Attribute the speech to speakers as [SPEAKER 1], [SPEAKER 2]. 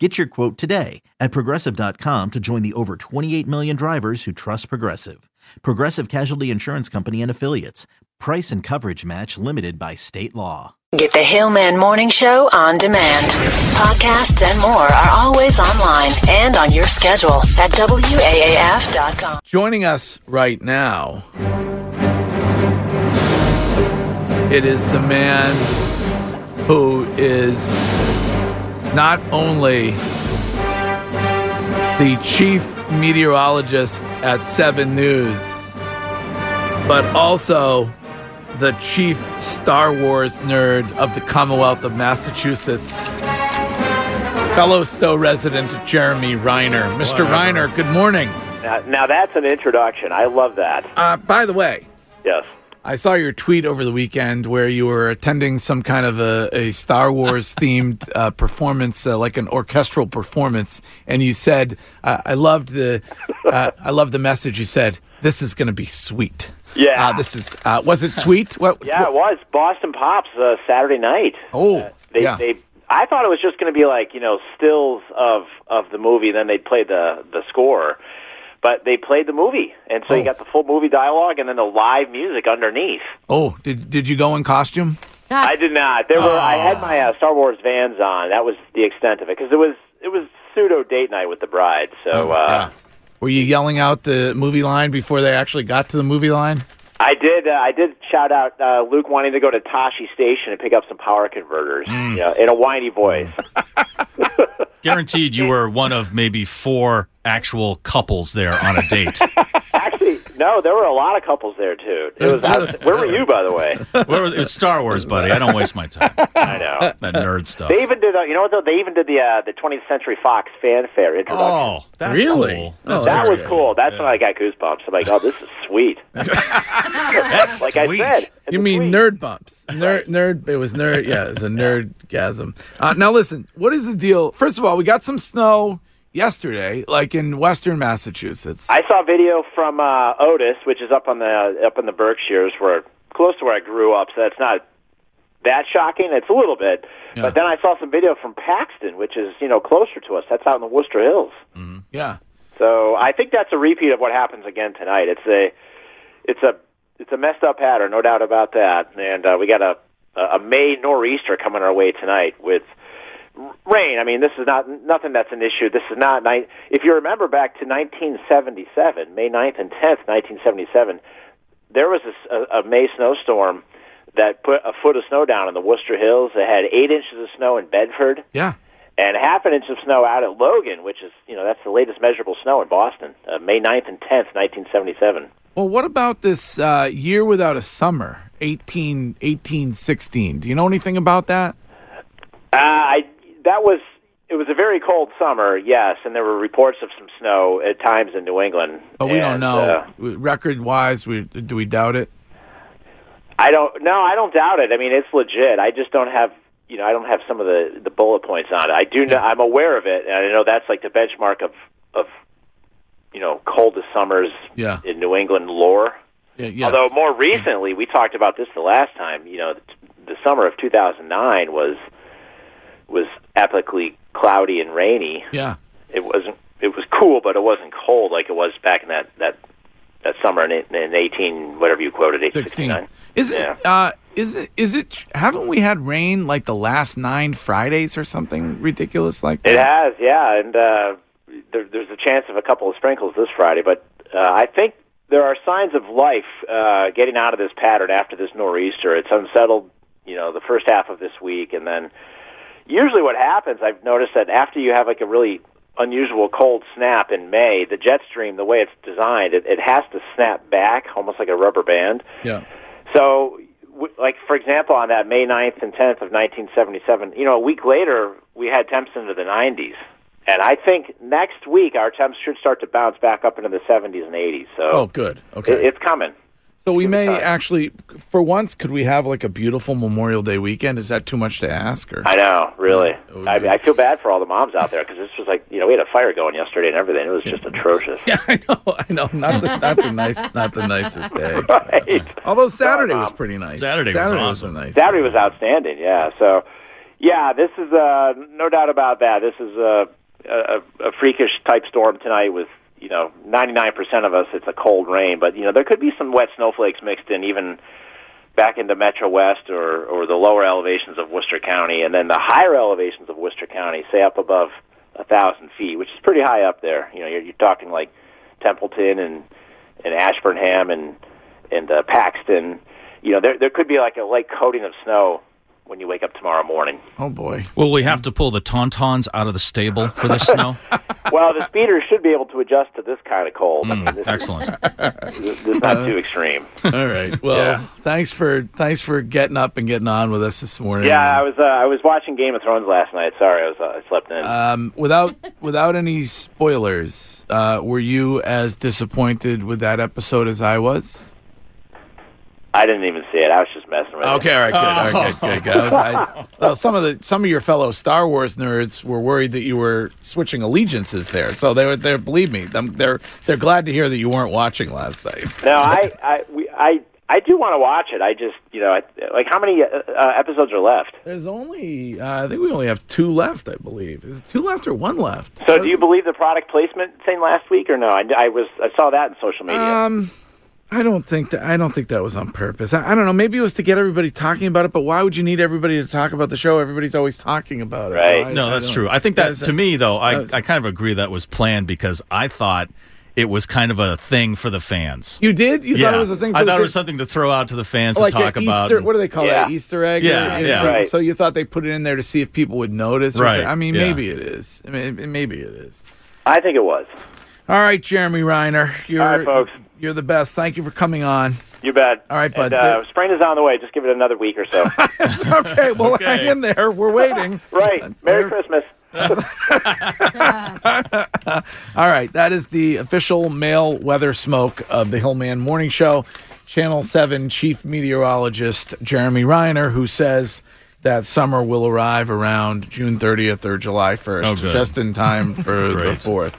[SPEAKER 1] Get your quote today at progressive.com to join the over 28 million drivers who trust Progressive. Progressive Casualty Insurance Company and Affiliates. Price and coverage match limited by state law.
[SPEAKER 2] Get the Hillman Morning Show on demand. Podcasts and more are always online and on your schedule at WAAF.com.
[SPEAKER 3] Joining us right now, it is the man who is not only the chief meteorologist at 7 News, but also the chief Star Wars nerd of the Commonwealth of Massachusetts, fellow Stowe resident Jeremy Reiner. Mr. Reiner, good morning.
[SPEAKER 4] Now, now that's an introduction. I love that.
[SPEAKER 3] Uh, by the way,
[SPEAKER 4] Yes.
[SPEAKER 3] I saw your tweet over the weekend where you were attending some kind of a, a Star Wars themed uh, performance, uh, like an orchestral performance, and you said, uh, "I loved the, uh, I loved the message." You said, "This is going to be sweet."
[SPEAKER 4] Yeah.
[SPEAKER 3] Uh, this is. Uh, was it sweet? What?
[SPEAKER 4] Yeah, it was Boston Pops uh, Saturday night.
[SPEAKER 3] Oh,
[SPEAKER 4] They,
[SPEAKER 3] yeah.
[SPEAKER 4] they, I thought it was just going to be like you know stills of of the movie, then they'd play the the score, but they played the movie, and so
[SPEAKER 3] Oh.
[SPEAKER 4] you got the full movie dialogue and then the live music underneath.
[SPEAKER 3] oh, did did you go in costume?
[SPEAKER 4] I did not. There were. I had my uh, Star Wars Vans on. That was the extent of it because it was it was pseudo date night with the bride.
[SPEAKER 3] Oh,
[SPEAKER 4] So uh,
[SPEAKER 3] Were you yelling out the movie line before they actually got to the movie line?
[SPEAKER 4] I did. Uh, I did shout out uh, Luke wanting to go to Tashi Station and pick up some power converters you know, in a whiny voice.
[SPEAKER 5] Guaranteed you were one of maybe four actual couples there on a date.
[SPEAKER 4] Actually, no, there were a lot of couples there too. It was. I was where were you, by the way?
[SPEAKER 5] Where was, it was Star Wars, buddy. I don't waste my time.
[SPEAKER 4] I know.
[SPEAKER 5] That nerd stuff.
[SPEAKER 4] They even did. Uh, you know what? Though they even did the uh, the 20th Century Fox fanfare introduction.
[SPEAKER 5] Oh, that's
[SPEAKER 3] Really?
[SPEAKER 5] cool.
[SPEAKER 3] Oh,
[SPEAKER 5] That's
[SPEAKER 4] that
[SPEAKER 5] very
[SPEAKER 4] was
[SPEAKER 5] good.
[SPEAKER 4] cool. That's when I got goosebumps. I'm like, oh, this is sweet.
[SPEAKER 5] That's
[SPEAKER 4] Like
[SPEAKER 5] sweet.
[SPEAKER 4] I said, it's
[SPEAKER 3] You mean
[SPEAKER 4] sweet.
[SPEAKER 3] nerd bumps? Nerd, nerd. It was nerd. Yeah, it was a nerdgasm. Uh, now listen, what is the deal? First of all, we got some snow yesterday, like in Western Massachusetts.
[SPEAKER 4] I saw a video from uh, Otis, which is up on the uh, up in the Berkshires, where close to where I grew up. So that's not that shocking. It's a little bit,
[SPEAKER 3] Yeah.
[SPEAKER 4] but then I saw some video from Paxton, which is you know closer to us. That's out in the Worcester Hills.
[SPEAKER 3] yeah,
[SPEAKER 4] So I think that's a repeat of what happens again tonight. It's a it's a it's a messed up pattern, no doubt about that. And uh, we got a a May nor'easter coming our way tonight with r- rain. I mean, this is not nothing that's an issue. This is not night. If you remember back to 1977, May 9th and 10th, 1977, there was a s- a, a May snowstorm that put a foot of snow down in the Worcester Hills. It had eight inches of snow in Bedford
[SPEAKER 3] yeah.
[SPEAKER 4] and half an inch of snow out at Logan, which is you know that's the latest measurable snow in Boston, uh, May 9th and 10th, 1977.
[SPEAKER 3] Well, what about this uh, year without a summer? 18, 18, 16. Do you know anything about that?
[SPEAKER 4] Uh, I that was it was a very cold summer, yes, and there were reports of some snow at times in New England.
[SPEAKER 3] But we don't
[SPEAKER 4] And,
[SPEAKER 3] know.
[SPEAKER 4] uh,
[SPEAKER 3] Record wise, we do we doubt it?
[SPEAKER 4] I don't. No, I don't doubt it. I mean, it's legit. I just don't have. You know, I don't have some of the the bullet points on it. I do know. I'm aware of it, and I know that's like the benchmark of of you know coldest summers
[SPEAKER 3] Yeah.
[SPEAKER 4] in New England lore.
[SPEAKER 3] Yeah, yes.
[SPEAKER 4] Although more recently, we talked about this the last time. You know, the, the summer of 2009 was was epically cloudy and rainy.
[SPEAKER 3] yeah.
[SPEAKER 4] It wasn't. It was cool, but it wasn't cold like it was back in that that that summer in, in 18 whatever you quoted
[SPEAKER 3] 16.
[SPEAKER 4] 869.
[SPEAKER 3] Is it?
[SPEAKER 4] Yeah.
[SPEAKER 3] Uh, is it? Is it? Haven't we had rain like the last nine Fridays or something ridiculous like that?
[SPEAKER 4] It has, yeah, and uh, there, there's a chance of a couple of sprinkles this Friday, but uh, I think there are signs of life uh, getting out of this pattern after this nor'easter. It's unsettled, you know, the first half of this week, and then usually what happens, I've noticed that after you have like a really unusual cold snap in May, the jet stream, the way it's designed, it, it has to snap back almost like a rubber band.
[SPEAKER 3] Yeah.
[SPEAKER 4] So, w- like for example, on that May 9th and 10th of 1977, you know, a week later we had temps into the 90s, and I think next week our temps should start to bounce back up into the 70s and 80s. So
[SPEAKER 3] Oh, good. Okay.
[SPEAKER 4] it, it's coming.
[SPEAKER 3] So we may
[SPEAKER 4] time.
[SPEAKER 3] actually, for once, could we have like a beautiful Memorial Day weekend? Is that too much to ask? Or
[SPEAKER 4] I know, really.
[SPEAKER 3] It would
[SPEAKER 4] I,
[SPEAKER 3] be-
[SPEAKER 4] mean, I feel bad for all the moms out there because this was like, you know, we had a fire going yesterday and everything. It was just atrocious.
[SPEAKER 3] yeah, I know, I know, not the not the nice, not the nicest day.
[SPEAKER 4] Right. um,
[SPEAKER 3] Although Saturday was
[SPEAKER 4] Mom.
[SPEAKER 3] pretty nice.
[SPEAKER 5] Saturday was awesome.
[SPEAKER 3] a nice.
[SPEAKER 4] Saturday
[SPEAKER 3] day.
[SPEAKER 4] was outstanding. Yeah. So, yeah, this is uh, no doubt about that. This is a, a, a freakish type storm tonight with you know 99% of us. It's a cold rain, but you know there could be some wet snowflakes mixed in even back into Metro West or or the lower elevations of Worcester County, and then the higher elevations of Worcester County, say up above a thousand feet, which is pretty high up there. You know, you're, you're talking like Templeton and and Ashburnham and and uh, Paxton. You know, there there could be like a light coating of snow when you wake up tomorrow morning.
[SPEAKER 3] Oh boy.
[SPEAKER 5] Will we have to pull the tauntauns out of the stable for this snow?
[SPEAKER 4] well, the speeders should be able to adjust to this kind of cold. I mean, this,
[SPEAKER 5] Excellent.
[SPEAKER 4] This, this is not too extreme.
[SPEAKER 3] All right. Well, thanks for thanks for getting up and getting on with us this morning.
[SPEAKER 4] Yeah, I was uh, I was watching Game of Thrones last night. Sorry, I was uh, I slept in.
[SPEAKER 3] Um, without without any spoilers, uh, were you as disappointed with that episode as I was?
[SPEAKER 4] I didn't even see it. I was just messing with it.
[SPEAKER 3] Okay, all right, good, all right, good, good. good. I was, I, well, some of the some of your fellow Star Wars nerds were worried that you were switching allegiances there, so they were there. Believe me, them- they're they're glad to hear that you weren't watching last night.
[SPEAKER 4] No, I I we, I I do want to watch it. I just you know I, like how many uh, uh, episodes are left?
[SPEAKER 3] There's only uh, I think we only have two left, I believe. Is it two left or one left?
[SPEAKER 4] So do you believe the product placement thing last week or no? I, I was I saw that in social media.
[SPEAKER 3] Um, I don't think that I don't think that was on purpose. I, I don't know. Maybe it was to get everybody talking about it. But why would you need everybody to talk about the show? Everybody's always talking about it.
[SPEAKER 4] Right.
[SPEAKER 3] I-
[SPEAKER 5] No,
[SPEAKER 3] I
[SPEAKER 5] that's
[SPEAKER 3] don't-
[SPEAKER 5] true. I think that
[SPEAKER 3] That's-
[SPEAKER 5] to me though, I,
[SPEAKER 3] that's-
[SPEAKER 5] I kind of agree that was planned because I thought it was kind of a thing for the fans.
[SPEAKER 3] You did? You
[SPEAKER 5] yeah,
[SPEAKER 3] thought it was a thing? For
[SPEAKER 5] I
[SPEAKER 3] the
[SPEAKER 5] thought
[SPEAKER 3] fans-
[SPEAKER 5] it was something to throw out to the fans
[SPEAKER 3] like
[SPEAKER 5] to talk
[SPEAKER 3] a
[SPEAKER 5] about.
[SPEAKER 3] Easter. What do they call
[SPEAKER 4] Yeah.
[SPEAKER 3] that? Easter egg.
[SPEAKER 5] Yeah,
[SPEAKER 3] or-
[SPEAKER 5] yeah.
[SPEAKER 3] So,
[SPEAKER 4] Right.
[SPEAKER 3] so you thought they put it in there to see if people would notice. or
[SPEAKER 5] Right,
[SPEAKER 3] something. I mean,
[SPEAKER 5] yeah.
[SPEAKER 3] maybe it is. I mean, it- maybe it is.
[SPEAKER 4] I think it was.
[SPEAKER 3] All right, Jeremy Reiner. You're,
[SPEAKER 4] All right, folks.
[SPEAKER 3] You're the best. Thank you for coming on.
[SPEAKER 4] You bet.
[SPEAKER 3] All right, bud.
[SPEAKER 4] And, uh, spring is on the way. Just give it another week or so.
[SPEAKER 3] It's okay. We'll
[SPEAKER 5] Okay.
[SPEAKER 3] hang in there. We're waiting.
[SPEAKER 4] right. Merry Christmas.
[SPEAKER 3] All right, that is the official male weather smoke of the Hillman Morning Show. Channel 7 chief meteorologist Jeremy Reiner, who says that summer will arrive around June 30th or July 1st,
[SPEAKER 5] Oh, good.
[SPEAKER 3] just in time for the
[SPEAKER 5] Great.
[SPEAKER 3] 4th.